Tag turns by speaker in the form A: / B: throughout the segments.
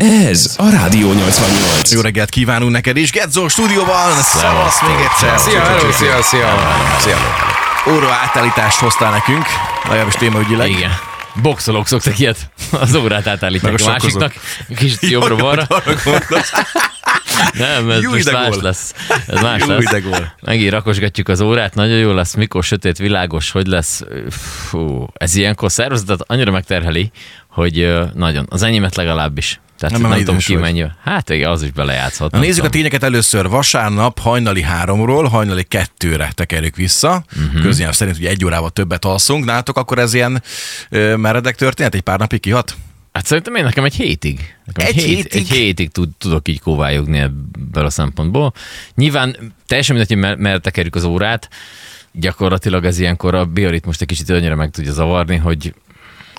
A: Ez a Rádió 88.
B: Jó reggelt kívánunk neked is. Getzó stúdióban. Szevasz még egyszer.
C: Szia, hello, szia, szia. Szia.
B: Óra átállítást hoztál nekünk, legalábbis témaügyileg.
C: Igen.
D: Boxolók szoktak ilyet az órát átállítani
B: Meg
D: a
B: a sokkozók.
D: másiknak, kicsit jobbra-balra. Nem, ez
B: Jó
D: most
B: ideg
D: más
B: volt.
D: lesz. Ez más
B: Jó
D: lesz.
B: ideg volt.
D: Megint rakosgatjuk az órát, nagyon jó lesz, mikor sötét, világos, hogy lesz. Fú, ez ilyenkor szervezetet annyira megterheli, hogy ö, nagyon. Az enyémet legalábbis. Tehát
B: Nem,
D: nem, nem
B: mert
D: tudom
B: idős
D: ki
B: vagy.
D: mennyi. Hát igen, az is belejátszhat.
B: Na
D: nem
B: nézzük a
D: tudom.
B: tényeket először. Vasárnap hajnali háromról, hajnali kettőre tekerjük vissza. Uh-huh. Köznyelv szerint ugye egy órával többet alszunk. Nálatok akkor ez ilyen ö, meredek történet? Egy pár napig kihat?
D: Hát szerintem én nekem egy hétig. Nekem
B: Egy
D: egy, hét,
B: hétig?
D: egy hétig tud, tudok így kóvályogni ebből a szempontból. Nyilván teljesen mindegy, hogy mer- merre tekerjük az órát, gyakorlatilag ez ilyenkor a bioritmust egy kicsit annyira meg tudja zavarni, hogy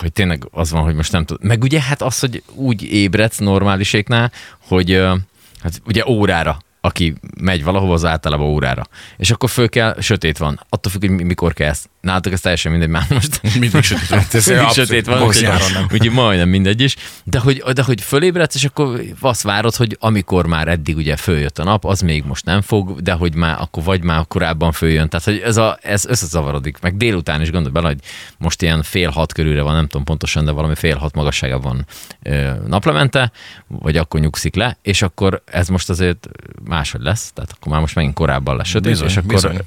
D: hogy tényleg az van, hogy most nem tud. Meg ugye hát az, hogy úgy ébredsz normáliséknál, hogy ö, hát ugye órára, aki megy valahova, az általában órára. És akkor föl kell, sötét van. Attól függ, hogy mi- mikor kezd. Nálatok ez teljesen mindegy már most.
B: Mindig sötét van.
D: Ez mindig sötét van,
B: Box
D: úgyhogy,
B: nyáron nem.
D: úgyhogy majdnem mindegy is. De hogy, de hogy fölébredsz, és akkor azt várod, hogy amikor már eddig ugye följött a nap, az még most nem fog, de hogy már akkor vagy már korábban följön. Tehát, hogy ez, a, ez összezavarodik. Meg délután is gondolj bele, hogy most ilyen fél hat körülre van, nem tudom pontosan, de valami fél hat magasságában van ö, naplemente, vagy akkor nyugszik le, és akkor ez most azért máshogy lesz, tehát akkor már most megint korábban lesz sötét,
B: Bizony,
D: és akkor
B: bizony.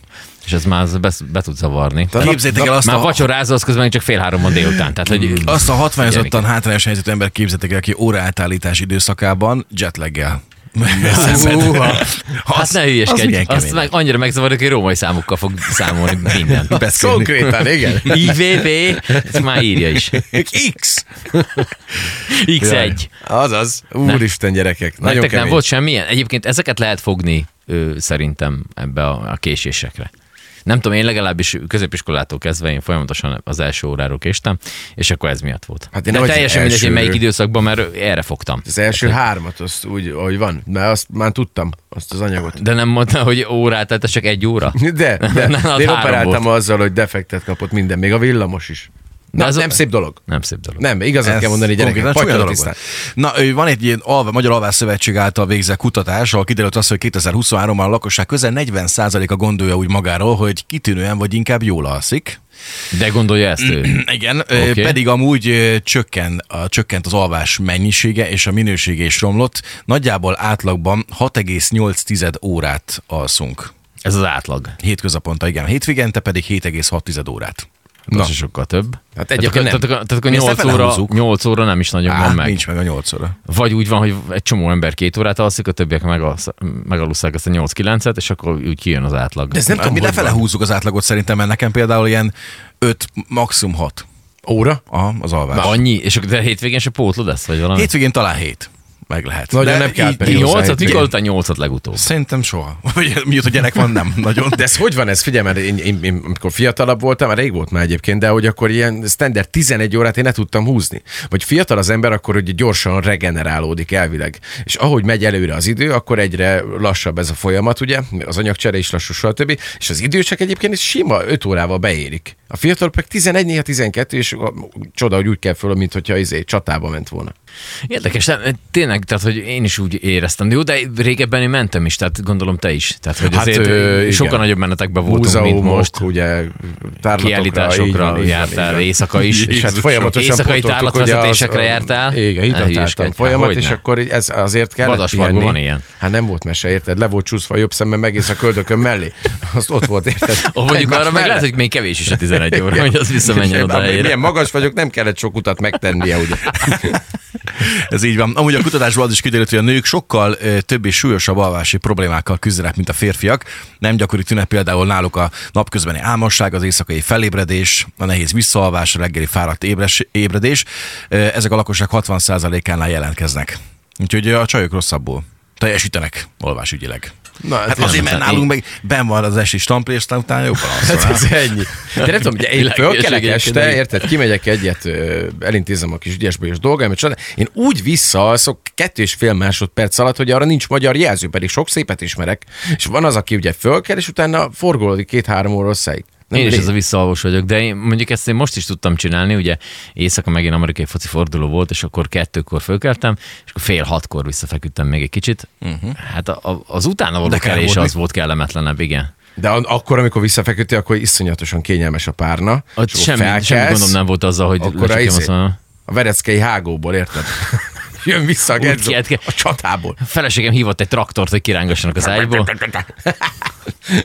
D: és ez már be, be tud zavarni.
B: Képzeljétek el azt
D: Már
B: a,
D: vacsorázol, az közben csak fél három délután. Tehát,
C: Mm.
D: hogy
B: azt a hatványozottan
D: Gyerekek.
B: hátrányos helyzetű ember képzeljétek el, aki óraátállítás időszakában jetlaggel.
D: Hát ne hülyeskedj,
B: milyen
D: az azt
B: kemény.
D: meg annyira megzavarod, hogy római számokkal fog számolni mindent.
B: Beszélni.
C: Konkrétan, igen.
D: IVV, ezt már írja is.
C: X.
D: X1.
C: Azaz. Úristen, gyerekek. Nagyon
D: Nektek
C: kemény.
D: nem volt semmilyen? Egyébként ezeket lehet fogni ö, szerintem ebbe a, a késésekre. Nem tudom, én legalábbis középiskolától kezdve én folyamatosan az első óráról késtem, és akkor ez miatt volt.
C: Hát
D: Hát
C: én
D: én De
C: nem az
D: teljesen mindegy, hogy melyik
C: elsőről.
D: időszakban, mert erre fogtam.
C: Az első hármat, azt úgy, ahogy van. Mert azt már tudtam, azt az anyagot.
D: De nem mondta, hogy órát, tehát ez csak egy óra?
C: De, de.
D: Nem, az
C: de én
D: három
C: operáltam azzal, hogy defektet kapott minden, még a villamos is.
D: De
C: Na,
D: az-
C: nem szép dolog.
D: Nem szép dolog.
C: Nem, igazat
B: Ez
C: kell mondani, gyerekek.
B: konkrétan
C: Patyol
B: csúnya dolog
C: tisztán.
B: volt. Na, ő, van egy ilyen alva, Magyar Alvás Szövetség által végzett kutatás, ahol kiderült az, hogy 2023-ban a lakosság közel 40%-a gondolja úgy magáról, hogy kitűnően vagy inkább jól alszik.
D: De gondolja ezt
C: Mm.
D: ő.
B: Igen, okay.
D: Oké.
B: pedig amúgy ö, csökken, a, csökkent az alvás mennyisége és a minősége is romlott. Nagyjából átlagban 6,8 órát alszunk.
D: Ez az átlag.
B: Hétköznaponta, igen. Hétvégente pedig 7,6 órát.
D: Na. Az is sokkal több.
C: Hát egyébként nem.
D: Tehát, akkor- tehát akkor
B: Mi ezt
D: 8
B: lefele
D: óra,
B: húzzuk.
D: 8 óra nem is nagyon van
B: Á,
D: meg.
B: nincs meg a 8 óra.
C: Hát
D: Vagy úgy van, hogy egy csomó ember két órát alszik, a többiek megalsz- megalusszák ezt a 8-9-et, és akkor úgy kijön az átlag.
C: De ez nem
B: Nem
C: tudom,
B: mi
C: hogy
B: lefele
C: van.
B: húzzuk az átlagot szerintem, mert nekem például ilyen 5, maximum 6
C: Óra?
B: az alvás.
D: Annyi, és akkor de hétvégén se pótlod ezt, vagy valami?
B: Hétvégén talán 7. Meg lehet.
C: Nagyon
B: De
C: nem kell
B: így-
C: pedig.
B: így-
D: 8-at,
C: Hétvégén.
D: mikor után 8-at legutóbb?
B: Szerintem soha. Vagy mióta gyerek van, nem nagyon.
C: De ez hogy van ez? Figyelj, mert én, én, én, amikor fiatalabb voltam, már rég volt már egyébként, de hogy akkor ilyen standard 11 órát én ne tudtam húzni. Vagy fiatal az ember, akkor ugye gyorsan regenerálódik elvileg. És ahogy megy előre az idő, akkor egyre lassabb ez a folyamat, ugye? Az anyagcsere is lassú, stb. És az idősek egyébként ez sima 5 órával beérik. A fiatalok pedig 11 néha 12, és a, csoda, hogy úgy kell föl, mint hogyha izé, csatába ment volna.
D: Érdekes, nem, tényleg, tehát hogy én is úgy éreztem. De jó, de régebben én mentem is, tehát gondolom te is. Tehát, hogy
C: Hát,
D: azért
C: ö,
D: ö,
C: igen.
D: sokkal nagyobb menetekben voltunk,
C: Múzeumok,
D: mint most.
C: ugye, tárlatokra, így van, így
D: kiállításokra
C: van, így van.
D: jártál, éjszaka is.
C: És hát folyamatosan
D: éjszakai
C: pótoltuk, ugye,
D: tárlatvezetésekre
C: az- um,
D: jártál.
C: Igen,
D: Ne
C: hidatáltam
D: hülyeskedj,
C: folyamat,
D: hogyne.
C: és akkor így ez azért kellett
D: Vadasmargó
C: pihenni.
D: van ilyen.
C: Hát nem volt mese, érted? Le volt csúszva jobb szemben, megész a köldökön mellé. Azt ott volt, érted?
D: Ó, mondjuk
C: Egymás
D: arra meg
C: mellett.
D: lehet, hogy még kevés is a 11 óra,
C: Igen.
D: hogy az visszamenjen
C: És
D: oda
C: Milyen magas vagyok, nem kellett sok utat megtennie, ugye?
B: Ez így van. Amúgy a kutatásból az is kiderült, hogy a nők sokkal ö, több és súlyosabb alvási problémákkal küzdenek, mint a férfiak. Nem gyakori tünet például náluk a napközbeni álmosság, az éjszakai felébredés, a nehéz visszaalvás, a reggeli fáradt ébres, ébredés. Ö, Ezek a lakosság 60%-ánál jelentkeznek. Úgyhogy ö, a csajok rosszabbul teljesítenek olvásügyileg.
C: Na, ez
B: hát
C: ilyen.
B: azért, mert nálunk meg ben van az esti stampli, és aztán utána jobban alszol.
D: Szóval-
C: Hát ez ennyi. De nem tudom, ugye én
D: Világ
C: fölkelek
D: hülyeségek
C: este,
D: tényleg.
C: érted, kimegyek egyet, ö, elintézem a kis ügyesből és dolgám, és csinál- én úgy visszaalszok kettő és fél másodperc alatt, hogy arra nincs magyar jelző, pedig sok szépet ismerek. És van az, aki ugye fölkel, és utána forgolódik két-három óra összeig.
D: Én is
C: ré-
D: ez a visszaalvos vagyok, de én, mondjuk ezt én most is tudtam csinálni, ugye éjszaka megint amerikai foci forduló volt, és akkor kettőkor fölkeltem, és akkor fél hatkor visszafeküdtem még egy kicsit.
C: Mhm.
D: Uh-huh. Hát a, a, az utána való
B: De
D: kelés
B: káromodni.
D: az volt kellemetlenebb, igen.
C: De an- akkor, amikor visszafeküdtél, akkor iszonyatosan kényelmes a párna.
D: Ott
C: és akkor
D: semmi, semmi
C: felkelsz,
D: gondom nem volt azzal, hogy
C: akkor a
D: lecsukjam
C: izé-
D: azt mondom.
C: A vereckei hágóból, érted? Jön vissza a Gedzó,
D: kiállt ki.
C: a csatából.
D: A feleségem hívott egy traktort, hogy kirángassanak az ágyból.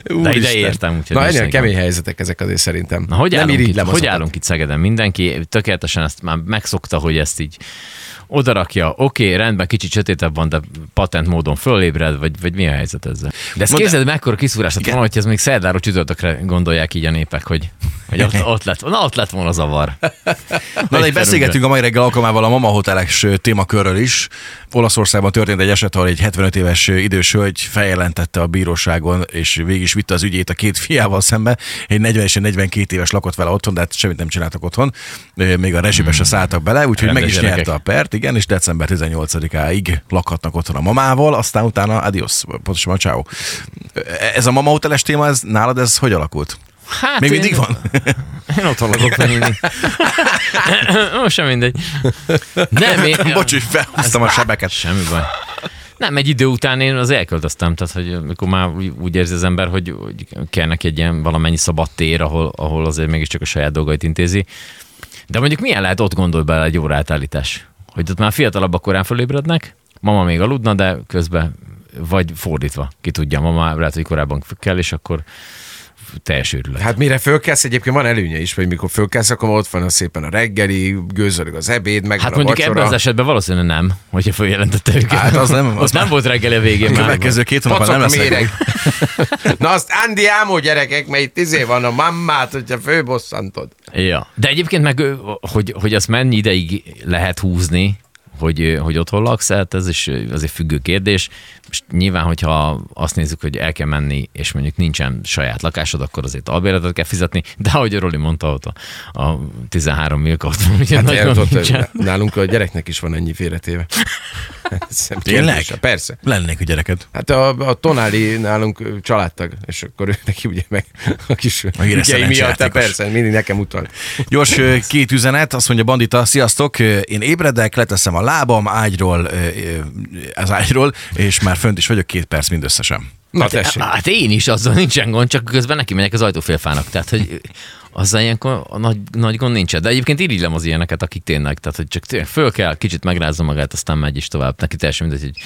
C: Úristen.
D: ide értem, úgyhogy
C: Na, ennél
D: visznek.
C: kemény helyzetek ezek azért szerintem.
D: Na, hogy
C: nem
D: állunk, itt,
C: irigylem
D: hogy
C: azokat.
D: állunk itt Szegeden? Mindenki tökéletesen ezt már megszokta, hogy ezt így odarakja. Oké, okay, rendben, kicsit sötétebb van, de patent módon fölébred, vagy, vagy mi a helyzet ezzel? De ezt
B: Mondd-
D: képzeld, mekkora kiszúrás lett volna, hogy ez még szerdáról csütörtökre gondolják így a népek, hogy, hogy ott, ott, lett, na, ott lett volna zavar.
B: Na, de
D: Egy
B: így beszélgetünk a mai reggel alkalmával a Mama Hoteles ö, témakörről is. Olaszországban történt egy eset, ahol egy 75 éves ö, idős hölgy feljelentette a bíróságon, és végig is vitte az ügyét a két fiával szembe. Egy 40 és egy 42 éves lakott vele otthon, de hát semmit nem csináltak otthon. Ö, Még a rezsibe se szálltak bele, úgyhogy
D: Hmm. Rendes
B: meg is
D: gyerekek.
B: nyerte a pert, igen, és december 18-áig lakhatnak otthon a mamával, aztán utána adios, pontosan ciao. Ez a Mama Hoteles téma, ez nálad ez hogy alakult?
D: Hát
B: Még
D: én-
B: mindig van?
D: Én otthon lakok még mindig. Ó, sem mindegy. Nem, én...
B: Bocs, hogy felhúztam a sebeket.
D: Semmi baj. Nem, egy idő után én az elköltöztem, tehát hogy mikor már úgy- úgy érzi az ember, hogy, hogy kell neki egy ilyen valamennyi szabad tér, ahol, ahol azért mégiscsak a saját dolgait intézi. De mondjuk milyen lehet ott gondolj bele egy órát állítás? Hogy ott már fiatalabbak korán fölébrednek, mama még aludna, de közben vagy fordítva, ki tudja, mama lehet, hogy korábban kell, és akkor teljes őrület.
C: Hát mire fölkelsz, egyébként van előnye is, hogy mikor fölkelsz, akkor ott van a szépen a reggeli, gőzölög az ebéd, meg
D: Hát
C: van a
D: mondjuk
C: vacsora.
D: ebben az esetben valószínűleg nem, hogyha följelentette őket.
B: Hát az nem- az
D: Ott nem volt reggel a végén
B: A
D: már.
B: következő két hónapban nem
C: Pacok a
B: lesznek.
C: méreg. Na azt Andi ámó gyerekek, mert itt izé van a mammát, hogyha főbosszantod.
D: Ja. De egyébként meg, ö, hogy, hogy azt mennyi ideig lehet húzni, hogy, ö, hogy otthon laksz, hát ez is ö, azért függő kérdés. Most nyilván, hogyha azt nézzük, hogy el kell menni, és mondjuk nincsen saját lakásod, akkor azért albéletet kell fizetni, de ahogy a Roli mondta ott a, a 13 milka ott van, ugye
C: Hát
D: nagyon
C: ott,
D: nincsen.
C: nálunk a gyereknek is van ennyi félretéve. Ez nem
B: Tényleg?
C: kérdése. Persze.
B: Lennék a gyereked.
C: Hát a, a Tonáli nálunk ö, családtag, és akkor ő neki ugye meg a kis
B: híres
C: ügyei miatt, de
B: szerencsejátékos.
C: persze, mindig nekem utal.
B: Gyors ö, két üzenet, azt mondja Bandita, sziasztok, ö, én ébredek, leteszem a lábam ágyról, ö, ö, az ágyról, és már fönt is vagyok két perc mindösszesen.
C: Na tessék.
D: Hát én is azzal nincsen gond, csak közben neki megyek az ajtófélfának. Tehát, hogy azzal ilyenkor a nagy, nagy gond nincsen. De egyébként irigylem az ilyeneket, akik tényleg, tehát, hogy csak tényleg föl kell, kicsit megrázza magát, aztán megy is tovább. Neki teljesen mindegy, hogy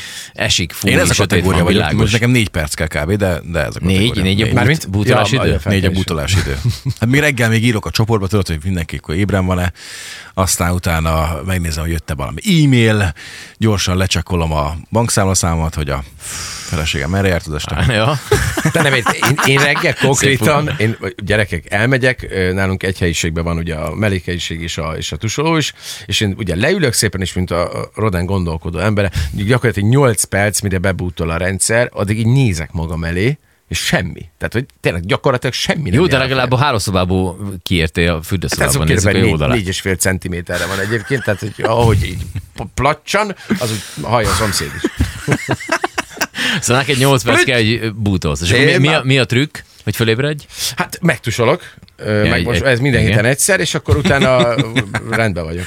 D: esik, fúj,
B: Én ez a
D: sötét
B: kategória
D: van,
B: vagyok,
D: világos.
B: most nekem négy perc kell kb, de, de ez a kategória.
D: Négy, négy
B: Négy.
D: a bút,
C: Mármint?
D: bútolás idő?
C: Ja, a-
B: Négy a
C: felkelés.
B: butolás idő. Hát még reggel még írok a csoportba, tudod, hogy mindenki akkor ébren van-e, aztán utána megnézem, hogy jött-e valami e-mail, gyorsan lecsekkolom a bankszámlaszámat, hogy a feleségem merre járt az este.
D: Ja.
C: De nem, ért- én, én reggel konkrétan, én, gyerekek, elmegyek, ö, nálunk egy helyiségben van ugye a melékhelyiség és a, és a tusoló is, és én ugye leülök szépen, és mint a a Rodán gondolkodó embere, mondjuk gyakorlatilag 8 perc, mire bebútol a rendszer, addig így nézek magam elé, és semmi. Tehát, hogy tényleg gyakorlatilag semmi nem
D: Jó, de
C: jár
D: legalább a hálószobából kiértél a
C: Hát
D: fürdőszobában,
C: azok
D: nézzük a
C: kérem,
D: jó
C: négy,
D: oldalát.
C: négy és fél centiméterre van egyébként, tehát hogy ahogy így placsan, az úgy hallja a szomszéd is.
D: Szóval neked 8 perc kell, hogy bútolsz. És akkor mi,
C: Én
D: mi, a,
C: már-
D: mi a trükk, hogy fölébredj?
C: Hát megtusolok, ö,
D: Ja,
C: meg
D: egy-
C: most
D: egy-
C: ez minden
D: igen.
C: héten egyszer, és akkor utána rendben vagyok.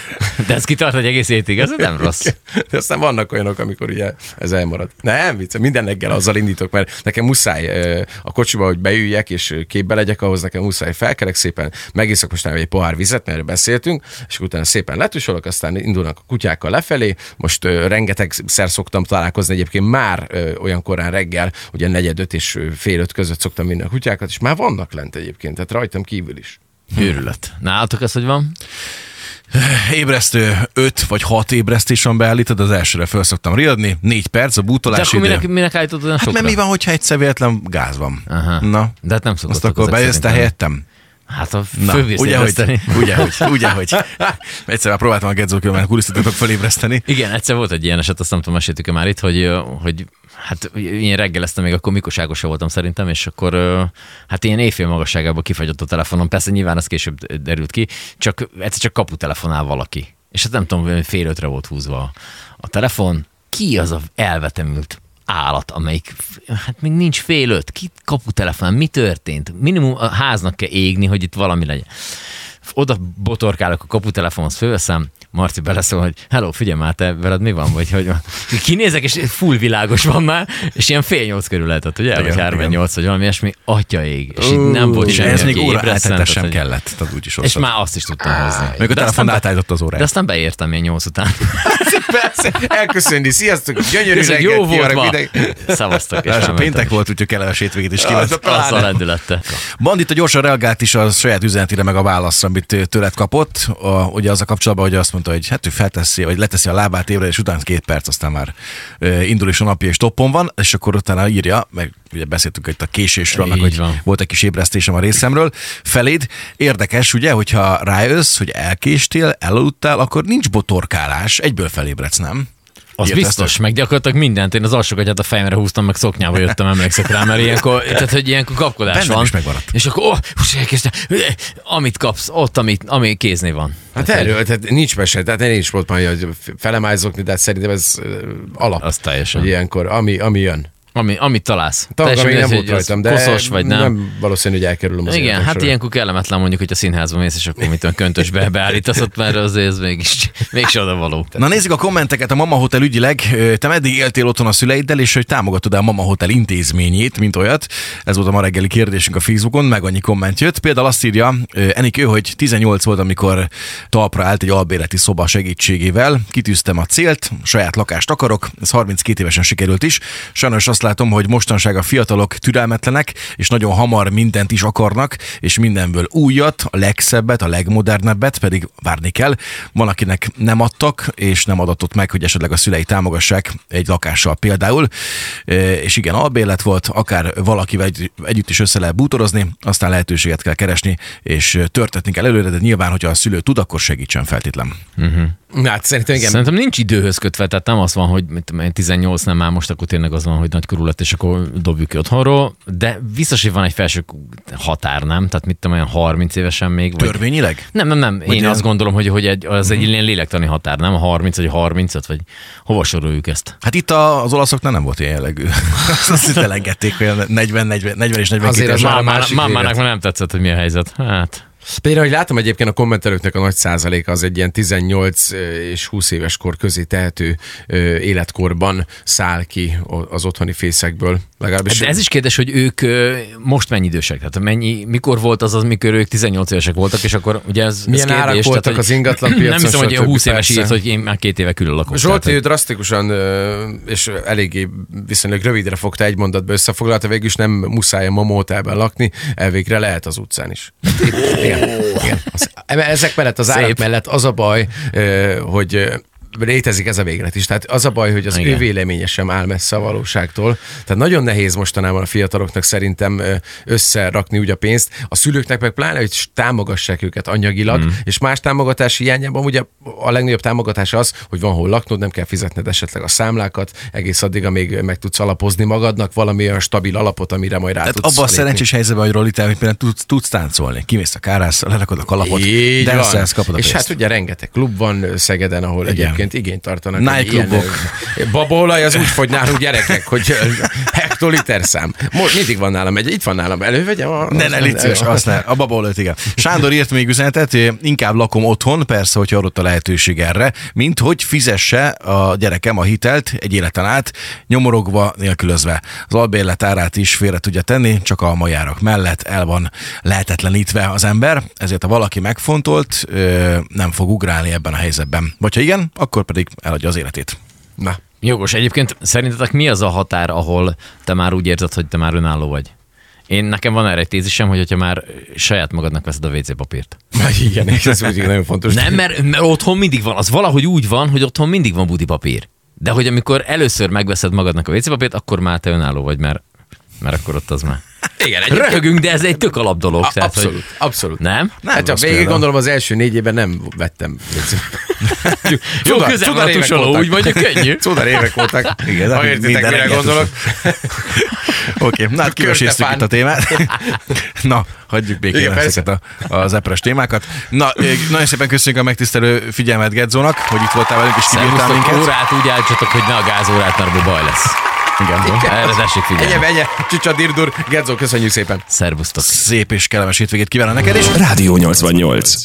D: De ez kitart egy egész hétig, ez nem rossz.
C: De aztán vannak olyanok, amikor ugye ez elmarad. Nem, vicce, minden reggel azzal indítok, mert nekem muszáj ö, a kocsiba, hogy beüljek és ö, képbe legyek, ahhoz nekem muszáj felkerek szépen, megiszok most egy pohár vizet, mert erről beszéltünk, és akkor utána szépen letusolok, aztán indulnak a kutyákkal lefelé. Most ö, rengeteg szer szoktam találkozni egyébként már ö, olyan korán reggel, ugye negyed öt és ö, fél öt között szoktam minden a kutyákat, és már vannak lent egyébként, tehát rajtam kívül is.
D: Őrület. Nálatok ez hogy van?
B: ébresztő, öt vagy hat ébresztés van beállítod, az elsőre föl szoktam riadni, négy perc a
D: De
B: bútolás
D: akkor
B: idő.
D: minek, minek állítod olyan
B: Hát
D: sokra?
B: mert mi van, hogyha egyszer véletlen gáz van?
D: Aha.
B: Na,
D: De hát nem szokott.
B: azt akkor bejössz te helyettem?
D: Hát a
B: Na,
D: fővésznél
B: hogy,
D: hogy...
B: ugye, hogy, ugye, hogy. Egyszer már próbáltam a gedzókülben kulisztatot felébreszteni.
D: Igen, egyszer volt egy ilyen eset, azt nem tudom, meséltük már itt, hogy, ö, hogy hát én reggeleztem még, akkor mikoságosa voltam szerintem, és akkor ö, hát ilyen éjfél magasságában kifagyott a telefonom, persze nyilván az később derült ki, csak egyszer csak kapu telefonál valaki. És hát nem tudom, fél ötre volt húzva a- a telefon, ki az a elvetemült állat, amelyik hát még nincs fél öt, ki kapu telefon, mi történt? Minimum a háznak kell égni, hogy itt valami legyen. Oda botorkálok a kaputelefonhoz, fölveszem, Marci beleszól, hogy hello, figyelj már, te veled mi van, vagy hogy van. Kinézek, és full világos van már, és ilyen fél nyolc körül lehetett, ugye? Vagy
B: Igen,
D: hárman
B: igen.
D: nyolc, vagy valami ilyesmi, atya ég. És így nem volt
B: És
D: semmi,
B: ez még
D: aki
B: óra
D: ébresztett,
B: eltetés sem
D: hogy-
B: kellett, tehát úgyis
D: És
B: osztott.
D: már azt is tudtam hozni.
B: Még a
D: De aztán
B: telefon
D: be-
B: átállított az órát.
D: De aztán beértem én nyolc után.
C: Persze, elköszönni, sziasztok, gyönyörű
D: Ez egy
C: reggelt,
D: jó volt
C: kívánok
D: ma.
C: mindenkinek.
D: Szavaztak, és
B: Ráadásul
D: elmentem.
B: péntek volt, úgyhogy kellemes hétvégét is kívánt.
C: az a pláne.
D: Azzal lendülette.
B: Bandita gyorsan reagált is a saját üzenetére, meg a válaszra, amit ö, tőled kapott. A, ugye az a kapcsolatban, hogy azt mondta, hogy hát ő felteszi, vagy leteszi a lábát ébre, és utána két perc, aztán már ö, indul is a napja, és toppon van, és akkor utána írja, meg ugye beszéltünk itt a késésről, meg
D: Így
B: hogy
D: van.
B: volt egy kis ébresztésem a részemről, feléd. Érdekes, ugye, hogyha rájössz, hogy elkéstél, elaludtál, akkor nincs botorkálás, egyből felébredsz, nem?
D: Az
B: Ilyet
D: biztos, meg gyakorlatilag mindent. Én az alsókagyát a fejemre húztam, meg szoknyába jöttem, emlékszek rá, mert ilyenkor, tehát, hogy ilyenkor kapkodás
B: Bennem
D: van.
B: is megmaradt.
D: És akkor, oh, húsz, elkezdte, amit kapsz, ott, amit, ami kéznél van.
C: Hát erről, tehát nincs mese, tehát én is volt már, hogy felemázokni, de hát szerintem ez ö, alap.
D: Az teljesen.
C: Hogy ilyenkor, ami, ami jön.
D: Ami, amit találsz.
C: Tanulom,
D: Teljesen
C: még nem
D: mindegy,
C: volt
D: hogy az
C: rajtam, de
D: koszos vagy nem.
C: nem valószínű, hogy elkerülöm az
D: Igen,
C: életem
D: hát
C: során.
D: ilyenkor kellemetlen mondjuk, hogy a színházba mész, és akkor mit a köntösbe beállítasz, ott már azért ez mégis, mégis oda való.
B: Na nézzük a kommenteket a Mama Hotel ügyileg. Ö, Te meddig éltél otthon a szüleiddel, és hogy támogatod a Mama Hotel intézményét, mint olyat? Ez volt a ma reggeli kérdésünk a Facebookon, meg annyi komment jött. Például azt írja ö, Enikő, hogy 18 volt, amikor talpra állt egy albérleti szoba segítségével. Kitűztem a célt, saját lakást akarok, ez 32 évesen sikerült is. Sajnos azt látom, hogy mostanság a fiatalok türelmetlenek, és nagyon hamar mindent is akarnak, és mindenből újat, a legszebbet, a legmodernebbet pedig várni kell. Van, akinek nem adtak, és nem adatott meg, hogy esetleg a szülei támogassák egy lakással például. E, És igen, albérlet volt, akár valakivel egy, együtt is össze lehet bútorozni, aztán lehetőséget kell keresni, és törtetni kell előre, de nyilván, hogyha a szülő tud, akkor segítsen feltétlen.
C: Hát szerintem igen.
D: Igen. Szerintem nincs időhöz kötve, tehát nem az van, hogy mit tudom én, 18 nem már most, akkor tényleg az van, hogy nagy körület, és akkor dobjuk ki otthonról, de biztos, hogy van egy felső határ, nem? Tehát mit tudom, olyan 30 évesen még. Vagy...
B: Törvényileg?
D: Nem, nem, nem. Én
B: Vagy
D: azt
B: ilyen-
D: gondolom, hogy, hogy egy, az egy
C: Mhm.
D: ilyen lélektani határ, nem? A 30 vagy a 35, vagy hova soroljuk ezt?
B: Hát itt a- az olaszoknál nem volt ilyen jellegű. Azt, azt itt elengedték, olyan 40, 40, 40 és 42
C: Azért az
B: éves
C: már a
D: Már
C: másik
D: Mámának
C: vélet.
D: már nem tetszett, hogy mi a helyzet. Hát,
C: Például, hogy látom egyébként a kommentelőknek a nagy százaléka az egy ilyen 18 és 20 éves kor közé tehető ö, életkorban száll ki o- az otthoni fészekből. Legalábbis
D: de ez is kérdés, hogy ők ö, most mennyi idősek? Tehát mennyi, mikor volt az, az, mikor ők 18 évesek voltak, és akkor ugye ez,
C: Milyen
D: ez
C: árak
D: kérdés,
C: voltak
D: tehát,
C: az ingatlan
D: Nem
C: piacon,
D: hiszem, hogy ilyen
C: stb.
D: 20 éves
C: persze.
D: írt, hogy én már két éve külön lakok.
C: Zsolti
D: Tehát,
C: ő drasztikusan ö, és eléggé viszonylag rövidre fogta egy mondatba összefoglalta, végül is nem muszáj a Momo Hotelben lakni, elvégre lehet az utcán is. Igen, igen. Az- Ezek mellett, az
D: Szép.
C: árak mellett az a baj, ö, hogy ö, létezik ez a véglet is. Tehát az a baj, hogy az
D: Igen.
C: ő véleménye sem áll messze a valóságtól. Tehát nagyon nehéz mostanában a fiataloknak szerintem ö, összerakni úgy a pénzt. A szülőknek meg pláne, hogy támogassák őket anyagilag,
B: Hmm.
C: mm. és más támogatás hiányában ugye a legnagyobb támogatás az, hogy van hol laknod, nem kell fizetned esetleg a számlákat, egész addig, amíg meg tudsz alapozni magadnak valami olyan stabil alapot, amire majd rá
B: Tehát
C: tudsz
B: abban a
C: lépni.
B: szerencsés helyzetben, hogy Roli, te például tudsz, tudsz táncolni. Kimész a kárászra, lerakod a kalapot,
C: Így van.
B: delszelsz, kapod a
C: És
B: pénzt.
C: hát ugye rengeteg klub van ö, Szegeden, ahol Igen. egyébként igényt tartanak.
B: Nike
C: egy ilyen,
B: klubok.
C: ö, Babaolaj az úgy fogy nálunk gyerekek, hogy ö, hektoliter szám. Most mindig van nálam egy, itt van nálam, elővegyem. A,
B: Ne, ne, légy szíves, azt ne. A baba előtt, igen. Sándor írt még üzenetet, ö, inkább lakom otthon, persze, hogyha adott a lehetőség erre, mint hogy fizesse a gyerekem a hitelt egy életen át, nyomorogva, nélkülözve. Az albérlet árát is félre tudja tenni, csak a majárak mellett el van lehetetlenítve az ember, ezért ha valaki megfontolt, ö, nem fog ugrálni ebben a helyzetben. Vagy ha igen, akkor pedig eladja az életét.
C: Na,
D: Jogos. Egyébként szerintetek mi az a határ, ahol te már úgy érzed, hogy te már önálló vagy? Én nekem van erre egy tézisem, hogy hogyha már saját magadnak veszed a WC papírt.
C: igen, ez úgy nagyon fontos.
D: Nem, mert, mert otthon mindig van. Az valahogy úgy van, hogy otthon mindig van budi papír. De hogy amikor először megveszed magadnak a WC papírt, akkor már te önálló vagy, mert, mert akkor ott az már.
C: Igen, egyébként-
D: Röhögünk, de ez egy tök alap dolog.
C: A-
D: tehát, hogy-
C: Abszolút, abszolút.
D: Nem?
C: Nem, hát csak
B: rossz
C: végig
B: példa.
C: gondolom az első négy évben nem vettem.
D: Jó, közel van a
C: évek
D: tusoló,
C: voltak.
D: úgy mondjuk könnyű.
C: Cudar Szóval, évek voltak.
B: Igen,
C: ha
B: hát
C: értitek,
B: minden
C: mire
B: egyes.
C: gondolok.
B: Oké, okay, na hát kiveséztük
C: Körtefán.
B: itt a témát. Na, hagyjuk békén
C: Igen,
B: ezeket a, az epres témákat. Na, ö, nagyon szépen köszönjük a megtisztelő figyelmet Gedzónak, hogy itt voltál velünk és kibírtál
D: Szervusztok,
B: minket.
D: órát úgy állítsatok, hogy ne a gázórát, mert abból baj lesz. Igen, Igen. erre tessék
C: Egye,
D: figyelni.
C: egye, csicsa, dirdur, Gedzo, köszönjük szépen.
D: Szervusztok.
B: Szép és kellemes hétvégét kívánok neked, és
A: Rádió 88.